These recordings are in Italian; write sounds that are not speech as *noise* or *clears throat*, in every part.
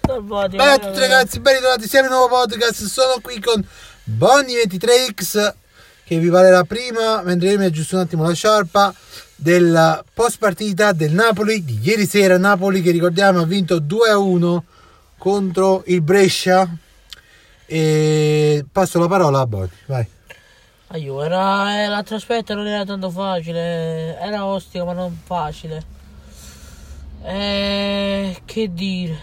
salvate. Ciao a tutti ragazzi, ben ritrovati, siamo in nuovo podcast, sono qui con Bonnie23X che vi parlerà prima, mentre io mi aggiusto un attimo la sciarpa, della post partita del Napoli di ieri sera, Napoli che ricordiamo ha vinto 2-1 contro il Brescia e passo la parola a Bonnie, vai. Aiuto, era, era- la trasferta non era tanto facile, era ostica ma non facile. Eh, che dire,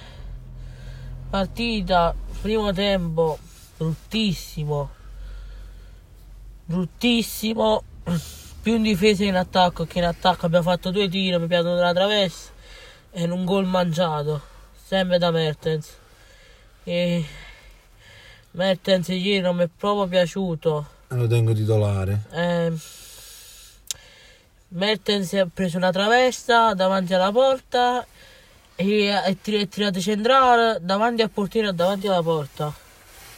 partita, primo tempo, bruttissimo, bruttissimo, più in difesa che in attacco, che in attacco abbiamo fatto due tiri, abbiamo pianto una traversa e un gol mangiato, sempre da Mertens. E Mertens ieri non mi è proprio piaciuto. Lo tengo titolare. Eh, Mertens ha preso una traversa davanti alla porta e è tir- è tirato centrale davanti al portiere e davanti alla porta.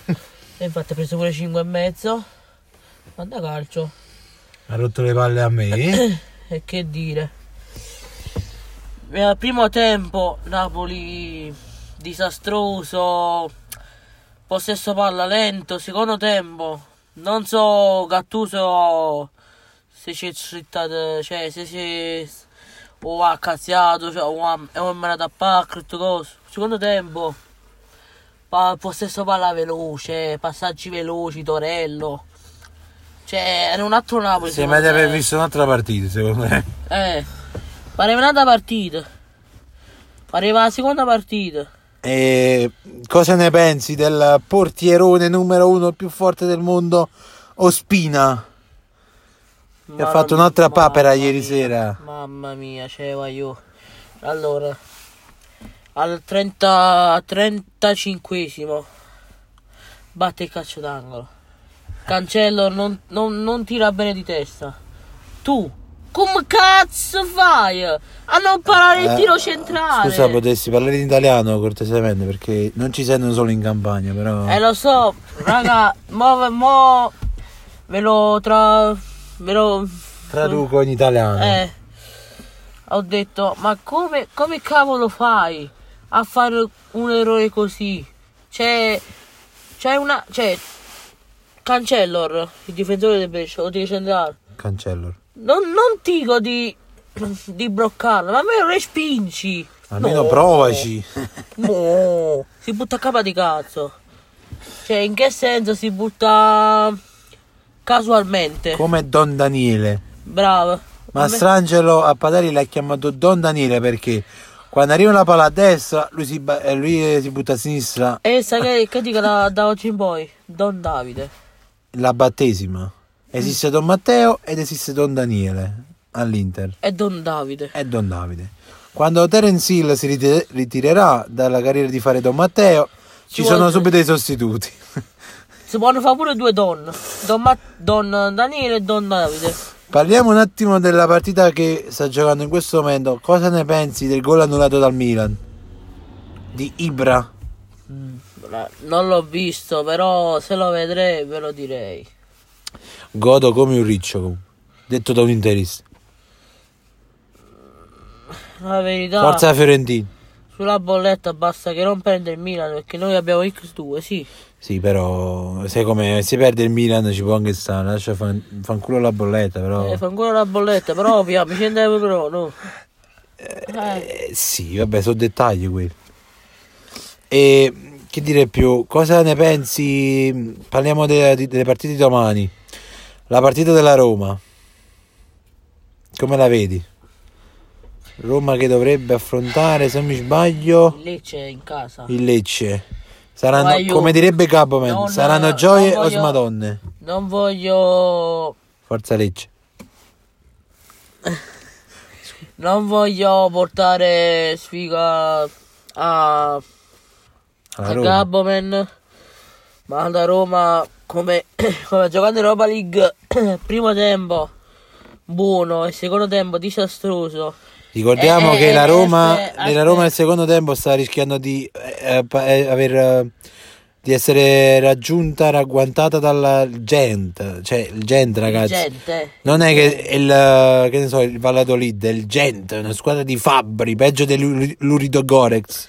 e infatti ha preso pure 5 e mezzo. Manda calcio. Ha rotto le palle a me. Eh, E che dire. E al primo tempo Napoli disastroso, possesso palla lento, secondo tempo non so Gattuso se c'è città, cioè se c'è o ha cazziato cioè, o ha o è mandato a pacco tutto coso. secondo tempo pa- possesso palla veloce, passaggi veloci, Torello cioè era un altro Napoli Se secondo mai di aver me. visto un'altra partita, secondo me. Eh, pareva un'altra partita. Pareva la seconda partita. E cosa ne pensi del portierone numero uno più forte del mondo, Ospina? Che ha fatto un'altra papera ieri sera. Mamma mia, c'era io. Allora, al 30, 35 batte il calcio d'angolo. Cancello non, non- non tira bene di testa. Tu, come cazzo fai a non parare il Eh, tiro centrale? Scusa, potessi parlare in italiano cortesemente perché non ci sentono solo in campagna, però. Eh lo so, raga, mo, mo ve lo tra... ve lo... Traduco in italiano. Eh, ho detto, ma come, come cavolo fai a fare un errore così? C'è, c'è una... c'è... Cancellor, il difensore del Brescia, o di centrale, Cancello. non, non dico di, di bloccarlo, ma almeno respingi. Almeno No. Eh. provaci. No, si butta a capa di cazzo. Cioè, in che senso si butta casualmente? *laughs* Come Don Daniele. Bravo. Mastrangelo a Padari l'ha chiamato Don Daniele perché quando arriva una palla a destra lui si, ba- eh, lui si butta a sinistra E sa che, che dica da, da oggi in poi? Don Davide. la battesima. Esiste Don Matteo ed esiste Don Daniele all'Inter E Don Davide. e Don Davide. Quando Terence Hill si rite- ritirerà dalla carriera di fare Don Matteo, ci, Ci sono vuole- subito i sostituti. *laughs* Si possono fare pure due don. Don, Ma- don Daniele e Don Davide. Parliamo un attimo della partita che sta giocando in questo momento. Cosa ne pensi del gol annullato dal Milan? Di Ibra. Bra- Non l'ho visto, però se lo vedrei ve lo direi. Godo come un riccio, comunque. detto da un interista. La verità, Forza Fiorentina. sulla bolletta basta che non prenda il Milan perché noi abbiamo X2, sì. Sì, però sai come se perde il Milan ci può anche stare, lascia fan, fanculo la bolletta, però Eh, fa ancora la bolletta, però via, mi scende però, no. Eh, Eh, sì, vabbè, sono dettagli quelli. E che dire più? Cosa ne pensi? Parliamo de- di- delle partite di domani. La partita della Roma. Come la vedi? Roma che dovrebbe affrontare, se non mi sbaglio, lì c'è in casa. il Lecce. Saranno, Ma io- come direbbe Capoman, Non- saranno non gioie o voglio- smadonne? Non voglio. Forza Lecce. Non voglio portare sfiga a, a Alla Roma. Gabomen. Ma da Roma come, *coughs* come giocando in Europa League *coughs* primo tempo buono e secondo tempo disastroso. Ricordiamo Eh, che eh, la eh, Roma, aspe- nella aspe- Roma nel secondo tempo sta rischiando di, eh, eh, pa- eh, aver, eh, di essere raggiunta, ragguantata dalla gente. Cioè, il gente, ragazzi. Gente. Non è che il, eh, che ne so, il Valladolid, è il gente, una squadra di fabbri, peggio dell'Urido Gorex.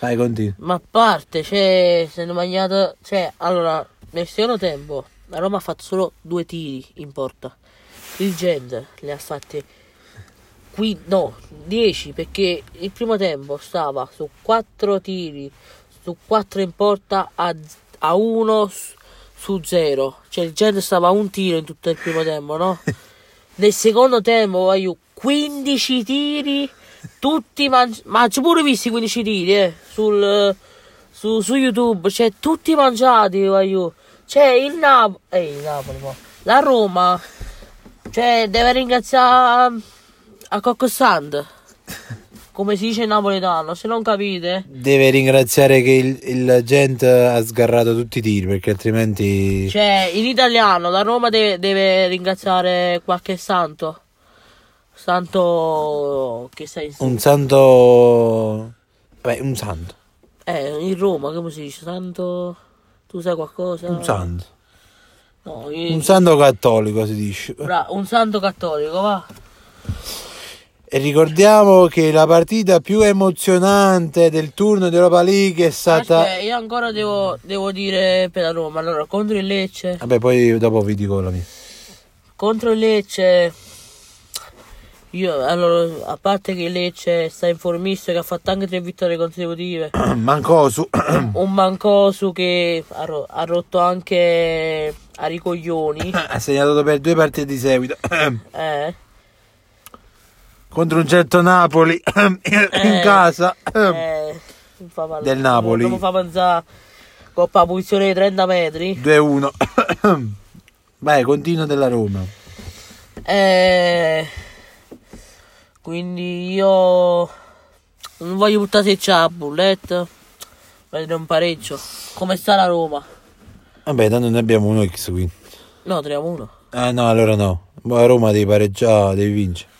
Vai, continua. Ma a parte, cioè, se hanno mangiato. Cioè, allora, nel secondo tempo la Roma ha fatto solo due tiri in porta. Il Gent le ha fatte. Qui no, 10 perché il primo tempo stava su 4 tiri, su 4 in porta a, a 1 su 0. Cioè il Gent stava a un tiro in tutto il primo tempo, no? Nel secondo tempo vai io, 15 tiri, tutti mangiati. Ma ci pure visti 15 tiri, eh? Sul, eh, su, su YouTube, cioè tutti mangiati, vai io. Cioè il Napoli, eh, il Napoli, mo. la Roma, cioè deve ringraziare mm, a Cocco Sand, come si dice in napoletano, se non capite. Deve ringraziare che il, il Gent ha sgarrato tutti i tiri perché altrimenti. Cioè, in italiano la Roma deve, deve ringraziare qualche santo. Santo che sei in, Un santo. Vabbè, un santo. eh, in Roma, come si dice? Santo. Tu sai qualcosa? Un santo. No, io- Un santo cattolico si dice. Bra- un santo cattolico, va. E ricordiamo che la partita più emozionante del turno di Europa League è stata. Aspetta, io ancora devo, devo dire per la Roma. Allora, contro il Lecce. Vabbè, poi dopo vi dico la mia. Contro il Lecce. Io, allora, a parte che il Lecce sta in formissimo che ha fatto anche tre vittorie *clears throat* consecutive. *clears throat* Mancosu. un Mancosu che ha, ro- ha rotto anche a ricoglioni ha segnato per due partite di seguito. *clears throat* eh, Contro un certo Napoli. *clears throat* in Eh. casa. *clears throat* eh, mi fa parlare. Ehm, Del Napoli. Dopo fa pensare coppa punizione di 30 metri 2-1. *clears throat* Vai, continuo della Roma. eh, quindi io non voglio buttare se c'è a bullet vedere un pareggio come sta la Roma Vabbè, tanto ne abbiamo uno X qui. no 3 a 1 Ah no, allora no. Ma a Roma devi pareggiare, devi vincere.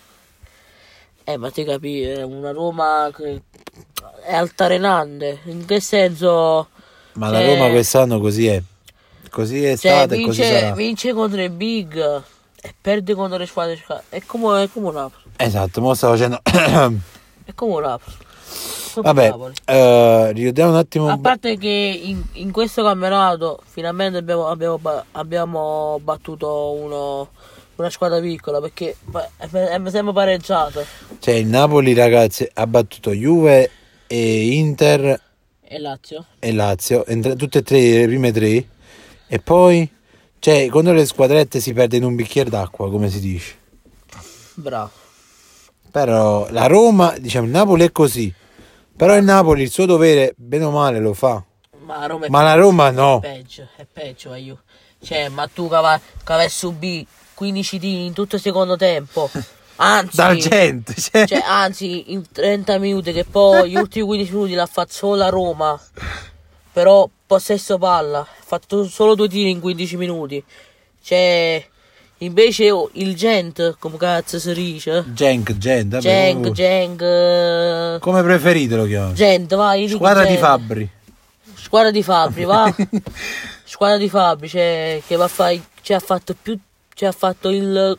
eh ma ti capi è una Roma che è altarenante in che senso Ma Cioè- la Roma quest'anno così è. Così è Cioè, stata e così vince, sarà. vince contro i big e perde contro le squadre sca- È come, è come un Napoli. Esatto, mo sta facendo. *coughs* È come un Napoli. Come Vabbè, un Napoli. eh, ricordiamo un attimo. A parte che in, in questo campionato finalmente abbiamo, abbiamo ba- abbiamo battuto uno- una squadra piccola perché pa- è, è sempre pareggiato. Cioè, il Napoli, ragazzi, ha battuto Juve e Inter E Lazio? e Lazio, entra- tutte e tre le prime tre. E poi, cioè, contro le squadrette si perde in un bicchiere d'acqua, come si dice. Bravo. Però la Roma, diciamo, il Napoli è così. Però il Napoli il suo dovere, bene o male, lo fa. Ma Roma è Ma la Roma no. peggio, è peggio, vai io. Cioè, ma tu che va- che vai a subire 15 tiri in tutto il secondo *laughs* tempo. Anzi, Dal gente, cioè. Cioè, anzi, in 30 minuti, che poi gli ultimi 15 minuti l'ha fatto solo la Roma. Però possesso palla, ha fatto solo due tiri in 15 minuti. Cioè, invece oh, il Gent, come cazzo si dice? Genk, Gent, vabbè, Genk, come- Genk, eh, come preferite lo chiamano. Gent, vai. io dico Squadra di Gent. Fabbri. Squadra di Fabri, *laughs* va. Squadra di Fabri, cioè, che va a fare. Ci ha fatto più. Ci ha fatto il.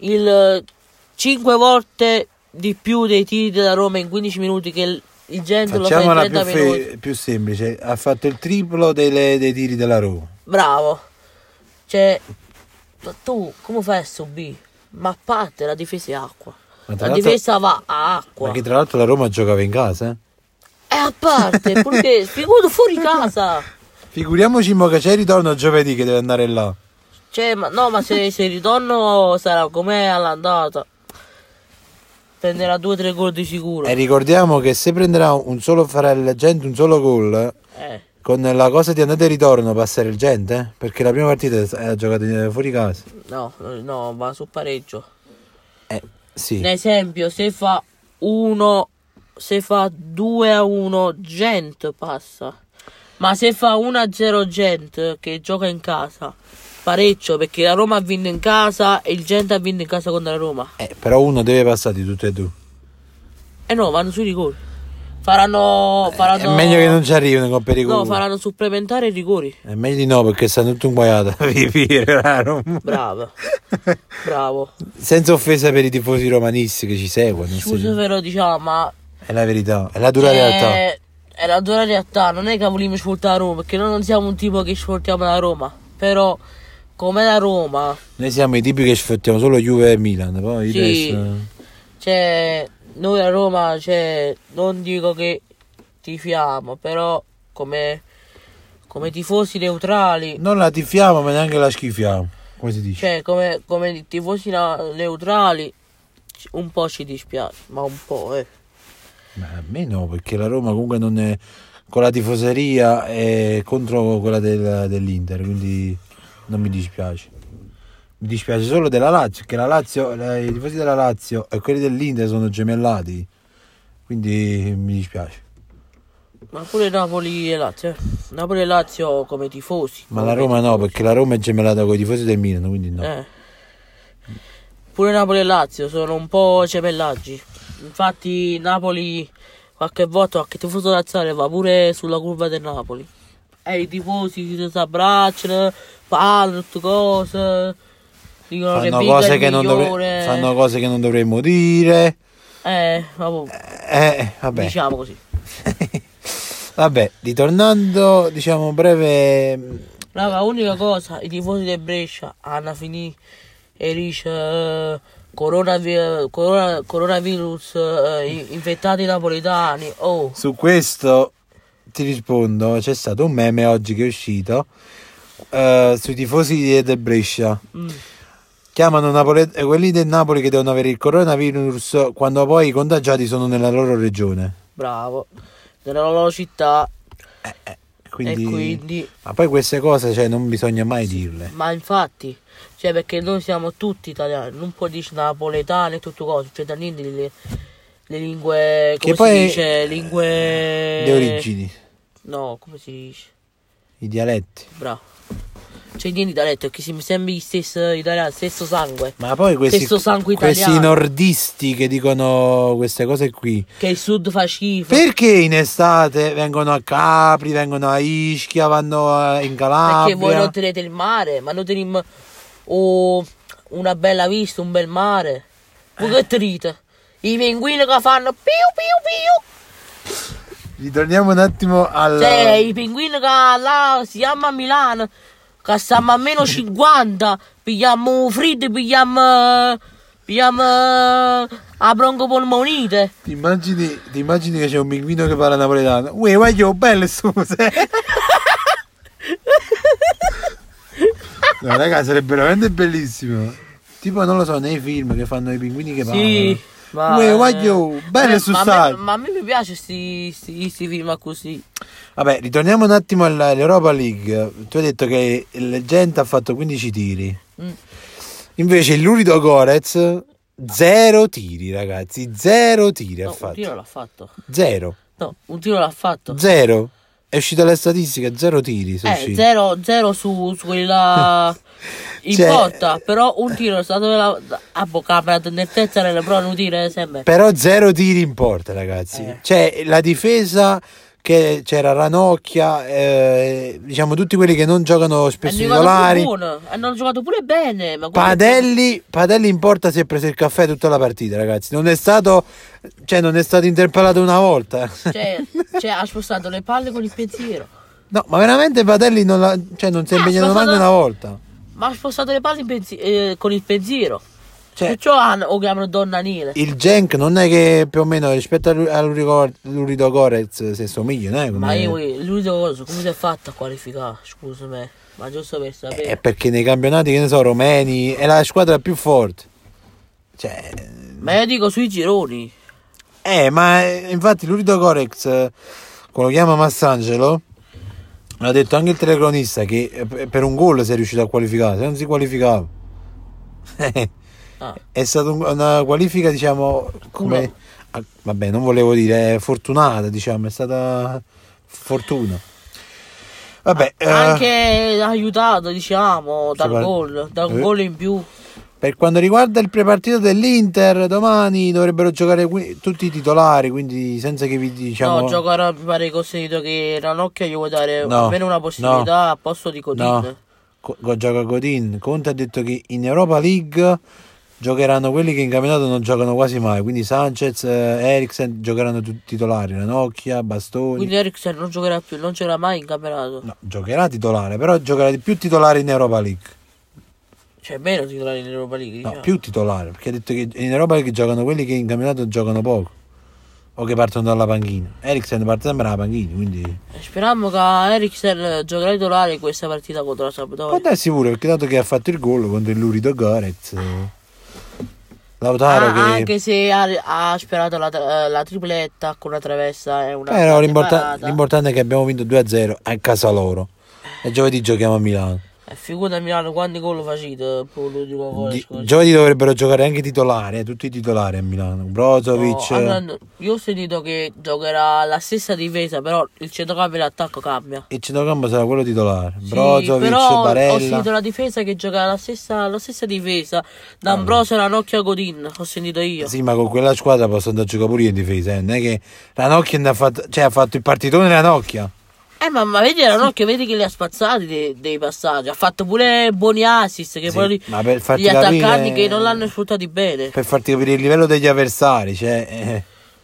Il. 5 volte di più dei tiri della Roma in 15 minuti che il, il Gent lo fa in Facciamola più, 30 fe- minuti. più semplice. Ha fatto il triplo delle- dei tiri della Roma. Bravo. Cioè. ma tu come fai a subire? Ma a parte la difesa è acqua. Ma tra La l'altro- difesa va a acqua. Ma che tra l'altro la Roma giocava in casa. eh. E a parte, *laughs* perché figuro fuori casa. Figuriamoci mo che c'è il ritorno giovedì che deve andare là. Cioè, ma, no, ma se, se il ritorno sarà com'è all'andata, prenderà 2-3 gol di sicuro. E ricordiamo che se prenderà un solo farà il gente un solo gol eh, Eh, con la cosa di andata e ritorno passare il gente, eh, perché la prima partita ha giocato in- fuori casa. no, no, va sul pareggio. Eh, sì. Un esempio, se fa 1, se fa 2 a 1, Gent passa. Ma se fa 1 a 0 Gent che gioca in casa, pareggio perché la Roma ha vinto in casa e il Gent ha vinto in casa contro la Roma. Eh, però uno deve passare di tutte e due. E Eh, no, vanno sui rigori. Faranno. faranno Eh, È meglio che non ci arrivino con pericolo. No, faranno supplementare i rigori. È meglio di no perché stanno tutti inguaiati *laughs* a vivere la Roma. *laughs* Bravo, bravo. Senza offesa per i tifosi romanisti che ci seguono. Scusa, però, diciamo, ma È la verità, è la dura realtà. Eh, È la dura realtà, non è che vogliamo sfruttare la Roma, perché noi non siamo un tipo che sfruttiamo la Roma. Però, come la Roma, Noi siamo i tipi che sfruttiamo solo Juve e Milan, poi Sì. il resto... eh. cioè, noi a Roma, cioè, non dico che tifiamo, però come, come tifosi neutrali, Non la tifiamo ma neanche la schifiamo, come si dice. cioè, come, come tifosi na- neutrali, c- un po' ci dispiace, ma un po', eh. Ma a me no, perché la Roma comunque non è... Con la tifoseria è contro quella del- dell'Inter, quindi non mi dispiace. Mi dispiace solo della Lazio, che la Lazio, la- i tifosi della Lazio e quelli dell'Inter sono gemellati, quindi mi dispiace. Ma pure Napoli e Lazio, eh. Napoli e Lazio come tifosi. Ma la come Roma no, perché la Roma è gemellata con i tifosi del Milan, quindi no. Eh. Pure Napoli e Lazio sono un po' cepellaggi. Infatti Napoli qualche volta qualche tifoso laziale va pure sulla curva del Napoli. E i tifosi si abbracciano, parlano, tutte cose. Dicono che Fanno Biga è cose il che, non dovre- migliore. fanno cose che non dovremmo dire. Eh, vabbè, Eh, vabbè. diciamo così. Vabbè, ritornando, diciamo breve. Raga, unica cosa, i tifosi del Brescia hanno finito e dice eh, coronavi- corona- coronavirus eh, in- infettati napoletani. Oh, Su questo ti rispondo, c'è stato un meme oggi che è uscito eh, sui tifosi del Brescia. mm, Chiamano Napole- eh, quelli del Napoli che devono avere il coronavirus quando poi i contagiati sono nella loro regione. bravo, nella loro città Quindi, e quindi... Ma poi queste cose cioè, non bisogna mai dirle. Ma infatti, cioè perché noi siamo tutti italiani, non puoi dire napoletano e tutto cosa, cioè da niente le, le lingue... Come Che poi- si dice? Lingue... Eh, Le origini, No, come si dice? i dialetti. Bravo. C'è niente da letto, che siamo sempre gli stessi eh, italiani, stesso sangue. Ma poi questi, Stesso sangue questi italiano. nordisti che dicono queste cose qui. Che il sud fa schifo. Perché in estate vengono a Capri, vengono a Ischia, vanno a- in perché voi Calabria? non tenete il mare, ma noi teniamo oh, una bella vista, un bel mare. Voi che trite? I pinguini che fanno piu piu Ritorniamo un attimo al... piu. Cioè, i pinguini che là siamo a Milano, che stiamo a meno 50, pigliamo freddo, pigliamo... pigliamo... eh, a broncopolmonite. Ti immagini, ti immagini che c'è un pinguino che parla napoletano? Uè, ma io, *laughs* bello scusa. no, raga, sarebbe veramente bellissimo. Tipo, non lo so, nei film che fanno i pinguini che parlano. Sì, ma... eh, Uè, guaglio, bello Ma- ma, a me- sussato. ma a me mi piace sti, sti, sti film così. Vabbè, ritorniamo un attimo alla- all'Europa League. Tu hai detto che il Gent ha fatto 15 tiri. Mm. Invece il Lurido Gorez, zero tiri, ragazzi. Zero tiri No, ha un tiro fatto. l'ha fatto. Zero. No, un tiro l'ha fatto. Zero. È uscita la statistica, zero tiri sono eh, usciti. zero, zero su, su quella in *laughs* Cioè- porta, però un tiro è stato nella- a bocca aperta nel terzo era però non dire eh, sempre. Però zero tiri in porta, ragazzi. Eh. Cioè, la difesa che c'era Ranocchia, eh, diciamo tutti quelli che non giocano Hanno spesso giocato pure titolari. buono, hanno giocato pure bene, ma quello- Padelli, Padelli in porta si è preso il caffè tutta la partita, ragazzi. Non è stato, cioè, non è stato interpellato una volta. cioè, cioè, ha spostato le palle con il pensiero. *laughs* No, ma veramente Padelli non, la- cioè, non si è Eh, impegnato sono neanche stato- una volta. Ma ha spostato le palle in pensi- eh, con il pensiero. Cioè- Perciò hanno, o chiamano Donna Nile. Il Genk non è che più o meno rispetto all'Urido Gorez si somigliano, eh? come- Ma io l'unica cosa, come si è fatta a qualificare? Scusami, ma giusto per sapere. È Eh, perché nei campionati, che ne so, romeni, è la squadra più forte. Cioè, Ma io dico sui gironi. eh, ma eh, infatti l'Urido Gorex, eh, quello che chiama Massangelo, l'ha detto anche il telecronista che eh, per per un gol si è riuscito a qualificare, se non si qualificava. Ah, è stata un- una qualifica, diciamo, come... Culo. ah, Vabbè, non volevo dire eh, fortunata, diciamo, è stata fortuna. Vabbè, eh, Anche aiutato, diciamo, dal Sopra- gol, da un Eh. gol in più. Per quanto riguarda il prepartito dell'Inter, domani dovrebbero giocare qui- tutti i titolari, quindi senza che vi diciamo... No, giocare mi pare consiglio che Ranocchia gli vuole dare No, almeno una possibilità a posto di Codin. No, co- co- gioca Godin. Conte ha detto che in Europa League giocheranno quelli che in campionato non giocano quasi mai, quindi Sanchez, eh, Eriksen giocheranno tutti titolari, Ranocchia, Bastoni. Quindi Eriksen non giocherà più, non giocherà mai in campionato. No, giocherà titolare, però giocherà di più titolare in Europa League. Cioè, meno titolare in Europa League. No, diciamo. più titolare, perché ha detto che in Europa League giocano quelli che in campionato giocano poco o che partono dalla panchina. Eriksen parte sempre dalla panchina, quindi Speriamo che Eriksen giocherà titolare in questa partita contro la può Sampdoria. darsi pure, perché dato che ha fatto il gol contro il Lurido Gorez. eh, Lautaro Ah, che anche se ha, ha sperato la, tra- la tripletta con una traversa e una Però grande l'importa- parata. l'importante è che abbiamo vinto 2-0 a casa loro. E giovedì giochiamo a Milano. Eh, Figura a Milano quanti gol facite per l'ultimo gol Di- scorso. giovedì dovrebbero giocare anche i titolari, eh, tutti i titolari a Milano. Brozovic. No, allora, no, io ho sentito che giocherà la stessa difesa, però il centrocampo e l'attacco cambia. eh, Il centrocampo sarà quello titolare. Sì, Brozovic, però ho Barella. sentito la difesa che gioca la stessa, la stessa difesa. D'Ambrosio e Ranocchia Godin, ho sentito io. Sì, ma con quella squadra posso andare a giocare pure io in difesa. eh. Non è che Ranocchia ne ha fatto, cioè, ha fatto il partitone Ranocchia. Eh, ma, ma vedi Ranocchia, vedi che li ha spazzati dei, dei passaggi. Ha fatto pure buoni assist, che Sì, poi ma per farti gli attaccanti capire- che non l'hanno sfruttati bene. Per farti capire il livello degli avversari. Cioè, eh.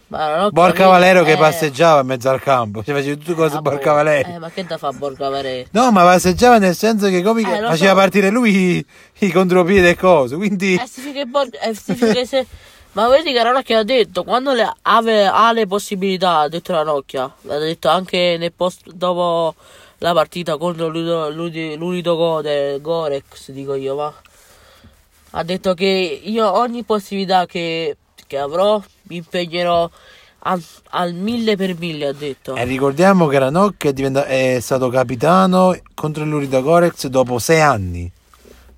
Ma Ranocchia, Borca vedi- Valero eh, che passeggiava in mezzo al campo. Cioè, faceva tutte cose ah, Borca boh. Valero. Eh, ma che da fa Borca Valero? No, ma passeggiava nel senso che come Eh, lo faceva so. partire lui i, i contropiedi e cose. Quindi Eh, sì, che Bor- eh, sì, che se- Ma vedi che Ranocchia ha detto, quando le- ave- ha le possibilità, ha detto Ranocchia, l'ha detto anche nel post dopo la partita contro l'Udo, l'Udi- l'Unido Gode, Gorex, dico io, va. Ha detto che io ogni possibilità che, che avrò mi impegnerò al, al mille per mille, ha detto. E ricordiamo che Ranocchia è, diventa- è stato capitano contro il Lurido Gorex dopo sei anni.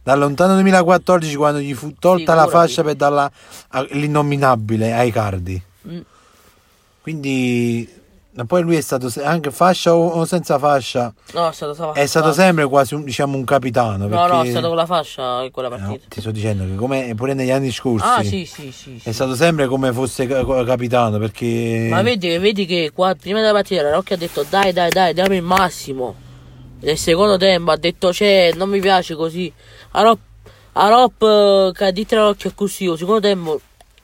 Dal lontano 2014 quando gli fu tolta la Figurati. fascia per darla a- l'innominabile ai cardi. Mm. Quindi ma poi lui è stato se- anche fascia o, o senza fascia. No, è stato, stava- È stato sempre quasi un, diciamo un capitano. No, no, è Eh perché- Eh, stato con la fascia in quella No, partita. ti sto dicendo che come pure negli anni scorsi ah, sì, sì, sì. è sì. stato sempre come fosse ca- capitano perché Ma vedi, vedi che qua prima della partita Ranocchia ha detto dai dai dai diamo il massimo. Nel secondo tempo ha detto cioè non mi piace così. A Rop, a Rop eh, che ha detto Ranocchia così, al secondo tempo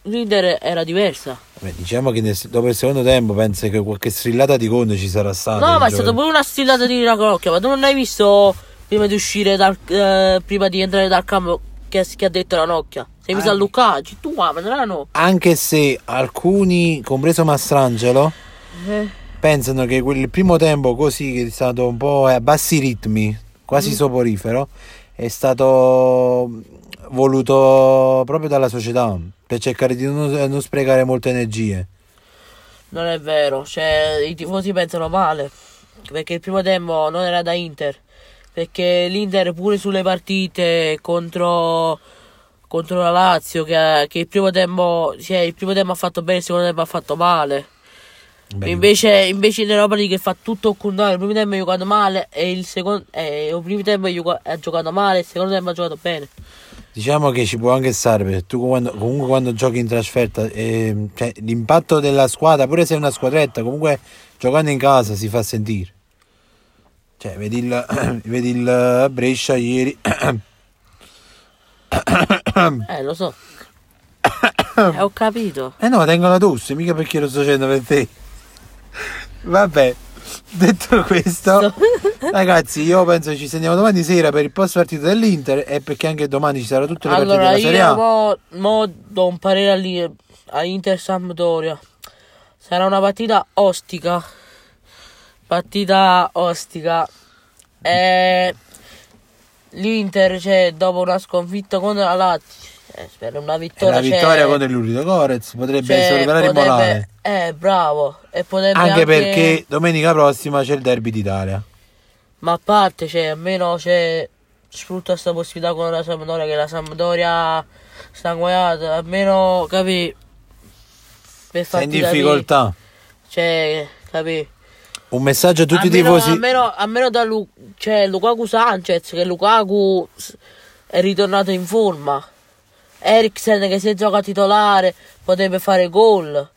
l'Inter era diversa. Beh, diciamo che nel- dopo il secondo tempo penso che qualche strillata di Conte ci sarà stata. no, nel ma è gioco. stata pure una stilata di Ranocchia, ma tu non hai visto prima di uscire dal eh, prima di entrare dal campo che, che ha detto Ranocchia? Sei visto Ah. a Luca, Dici, tu ah, ma non no. Anche se alcuni, compreso Mastrangelo, Eh. pensano che quel- il primo tempo così che è stato un po' a bassi ritmi, quasi Mm. soporifero, è stato voluto proprio dalla società per cercare di non, non sprecare molte energie. Non è vero, cioè i tifosi pensano male, perché il primo tempo non era da Inter, perché l'Inter pure sulle partite contro, contro la Lazio, che, che il, primo tempo, cioè, il primo tempo ha fatto bene, il secondo tempo ha fatto male. Beh, Invece, invece in Europa League fa tutto il contrario, il primo tempo ha giocato male e il secondo... eh, il primo tempo ha gioca- ha giocato male, il secondo tempo ha giocato bene. Diciamo che ci può anche stare perché tu quando- comunque quando giochi in trasferta ehm, cioè, l'impatto della squadra, pure se è una squadretta, comunque giocando in casa si fa sentire. Cioè, vedi il, *clears throat* vedi il Brescia ieri, *clears throat* Eh, lo so. Eh, ho capito. Eh no, tengo la tosse, mica perché lo sto facendo per te. *laughs* Vabbè, detto *laughs* questo, ragazzi, io penso che ci sentiamo domani sera per il post partito dell'Inter e perché anche domani ci saranno tutte le Allora partite della io Serie A. mo, mo do un parere all'I- a Inter Sampdoria. Sarà una partita ostica. Partita ostica. Eh, L'Inter cioè, dopo una sconfitta contro la Lazio. eh, spero una E vittoria. la vittoria cioè, contro il Lurido Corez potrebbe cioè, sorvelare il potrebbe- morale. Eh, bravo. E potrebbe Anche, anche, perché domenica prossima c'è il derby d'Italia. Ma a parte, cioè, almeno cioè, sfrutta questa possibilità con la Sampdoria, che la Sampdoria sanguinata, almeno, capi? Per Sei in farti capì, difficoltà. Cioè, capi? Un messaggio a tutti i almeno, tifosi. Almeno, almeno da Lu- cioè, Lukaku Sanchez, che Lukaku s- è ritornato in forma. Eriksen che se gioca titolare potrebbe fare gol.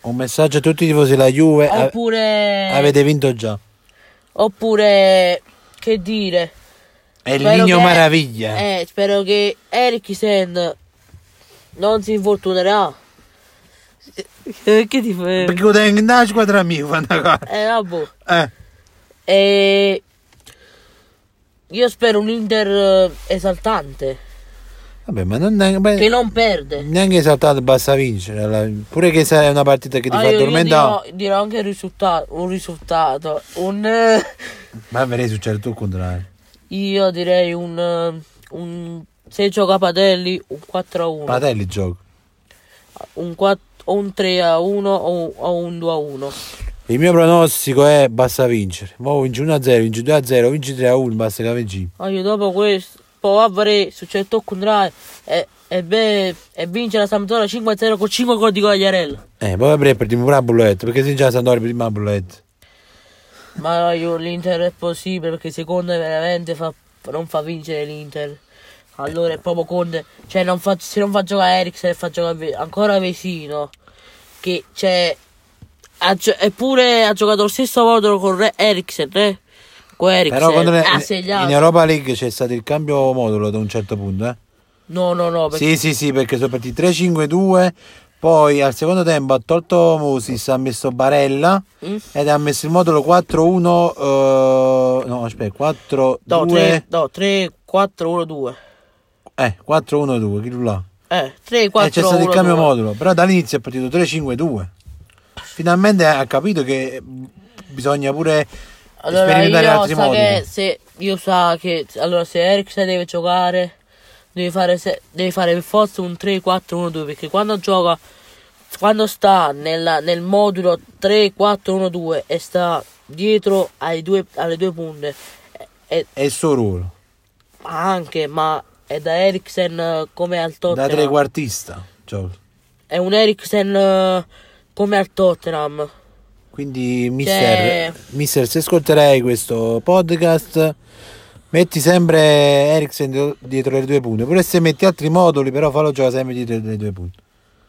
Un messaggio a tutti i tifosi la Juve. Eh, a- Oppure... Avete vinto già. Oppure... Che dire? È il Spero Nino che- Maraviglia. Eh, spero che Eriksen non si infortunerà. Eh, Che ti fai? Perché devo andare in squadra mia, fa una cosa. Eh, vabbè. Eh, E io spero un Inter eh, esaltante, vabbè, ma non neanche, beh, che non perde. neanche saltato basta vincere. alla- Pure che se è una partita che ti Ah, fa io- io addormentare, dirò, dirò anche il risultato, un risultato, un... eh, ma verrei certo succedere tutto il contrario. Io direi un, eh, un se gioca Patelli un 4 a 1, Patelli gioco. un, 4, o un 3 a 1 o, o un 2 a 1. Il mio pronostico è basta vincere. Mo vinci 1-0, vinci 2-0, vinci 3-1, basta che vinci. Ah, io dopo questo, poi avrei successo il contrario e, e, beh, e vince la Sampdoria 5 a 0 con 5 gol di Quagliarella. Eh, poi vabbè, perdiamo pure la bulletta, perché se già Santori prima la bulletta. Ma io l'Inter è possibile perché secondo me veramente fa- non fa vincere l'Inter. Allora è proprio Conte, cioè non fa- se non fa giocare Eriksen fa giocare Ve- ancora Vesino, che c'è, ha gio- eppure ha giocato lo stesso modo con Re- Eriksen, eh? con Eriksen, Ah, Però quando ha in, segnato. in Europa League c'è stato il cambio modulo da un certo punto, eh. no, no, no, perché Sì, sì, sì, perché sono partiti 3-5-2, poi al secondo tempo ha tolto Moses, ha messo Barella Mm. ed ha messo il modulo 4-1, eh, no aspetta, 4-2, no, 3, no, 3, 4, 1, 2. eh, 4-1-2, chi là? Eh, 3, Eh, 4, c'è stato il 1, cambio 2. modulo, però dall'inizio è partito 3-5-2. Finalmente ha capito che bisogna pure Allora sperimentare io altri sa moduli. che se io sa che allora se Eriksen deve giocare deve fare, se- deve fare per forza un 3-4-1-2 perché quando gioca quando sta nella- nel modulo 3-4-1-2 e sta dietro ai due, alle due punte e- e È il suo ruolo, anche ma è da Eriksen eh, come al da Tottenham trequartista. gioca. è un Eriksen eh, come al Tottenham Quindi, mister, mister, se ascolterai questo podcast, metti sempre Eriksen di- dietro le due punte. Pure se metti altri moduli, però fallo giocare sempre dietro le due punte.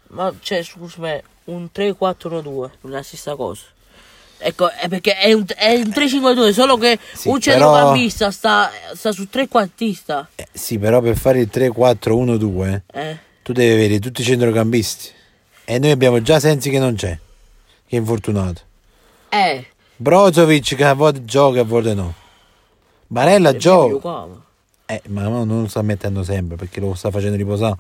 Ma cioè, scusami, un 3-4-1-2, non è la stessa cosa. Ecco, è perché è un, è un 3-5-2, solo che Sì, un però- centrocampista sta, sta su tre quartista. Eh, sì, però per fare il 3-4-1-2, Eh. tu devi avere tutti i centrocampisti. E noi abbiamo già Sensi che non c'è, che è infortunato. Eh. Brozovic che a volte gioca e a volte no. Barella io gioca. qua, ma- Eh, ma no, non lo sta mettendo sempre perché lo sta facendo riposare.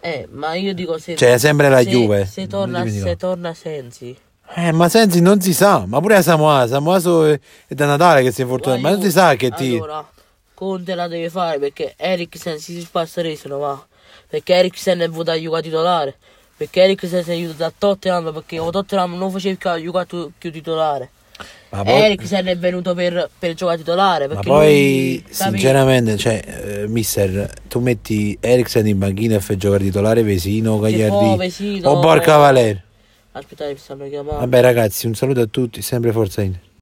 Eh, ma io dico se... Cioè, sempre la se- Juve. Se non torna, dimenticare. se torna Sensi. Eh, ma Sensi non si sa, ma pure a Samoa, Samoa so- è, è da Natale che si è infortunato, ma non si sa che ti... Allora, Conte la deve fare perché Eriksen si spasserei se no va. Perché Eriksen è venuto a giocare titolare. Perché Eriksen si è aiutato da Tottenham perché con Tottenham non faceva giocare tu- più titolare. Ma poi, Eriksen è venuto per, per giocare titolare. ma Perché poi, lui, capi? sinceramente, cioè, eh, mister, tu metti Eriksen in banchina e fai giocare titolare Vesino, può, Gagliardi Vesino. o Barca Valer. Aspettate, mi stanno chiamando. Vabbè ragazzi, un saluto a tutti, sempre Forza Inter.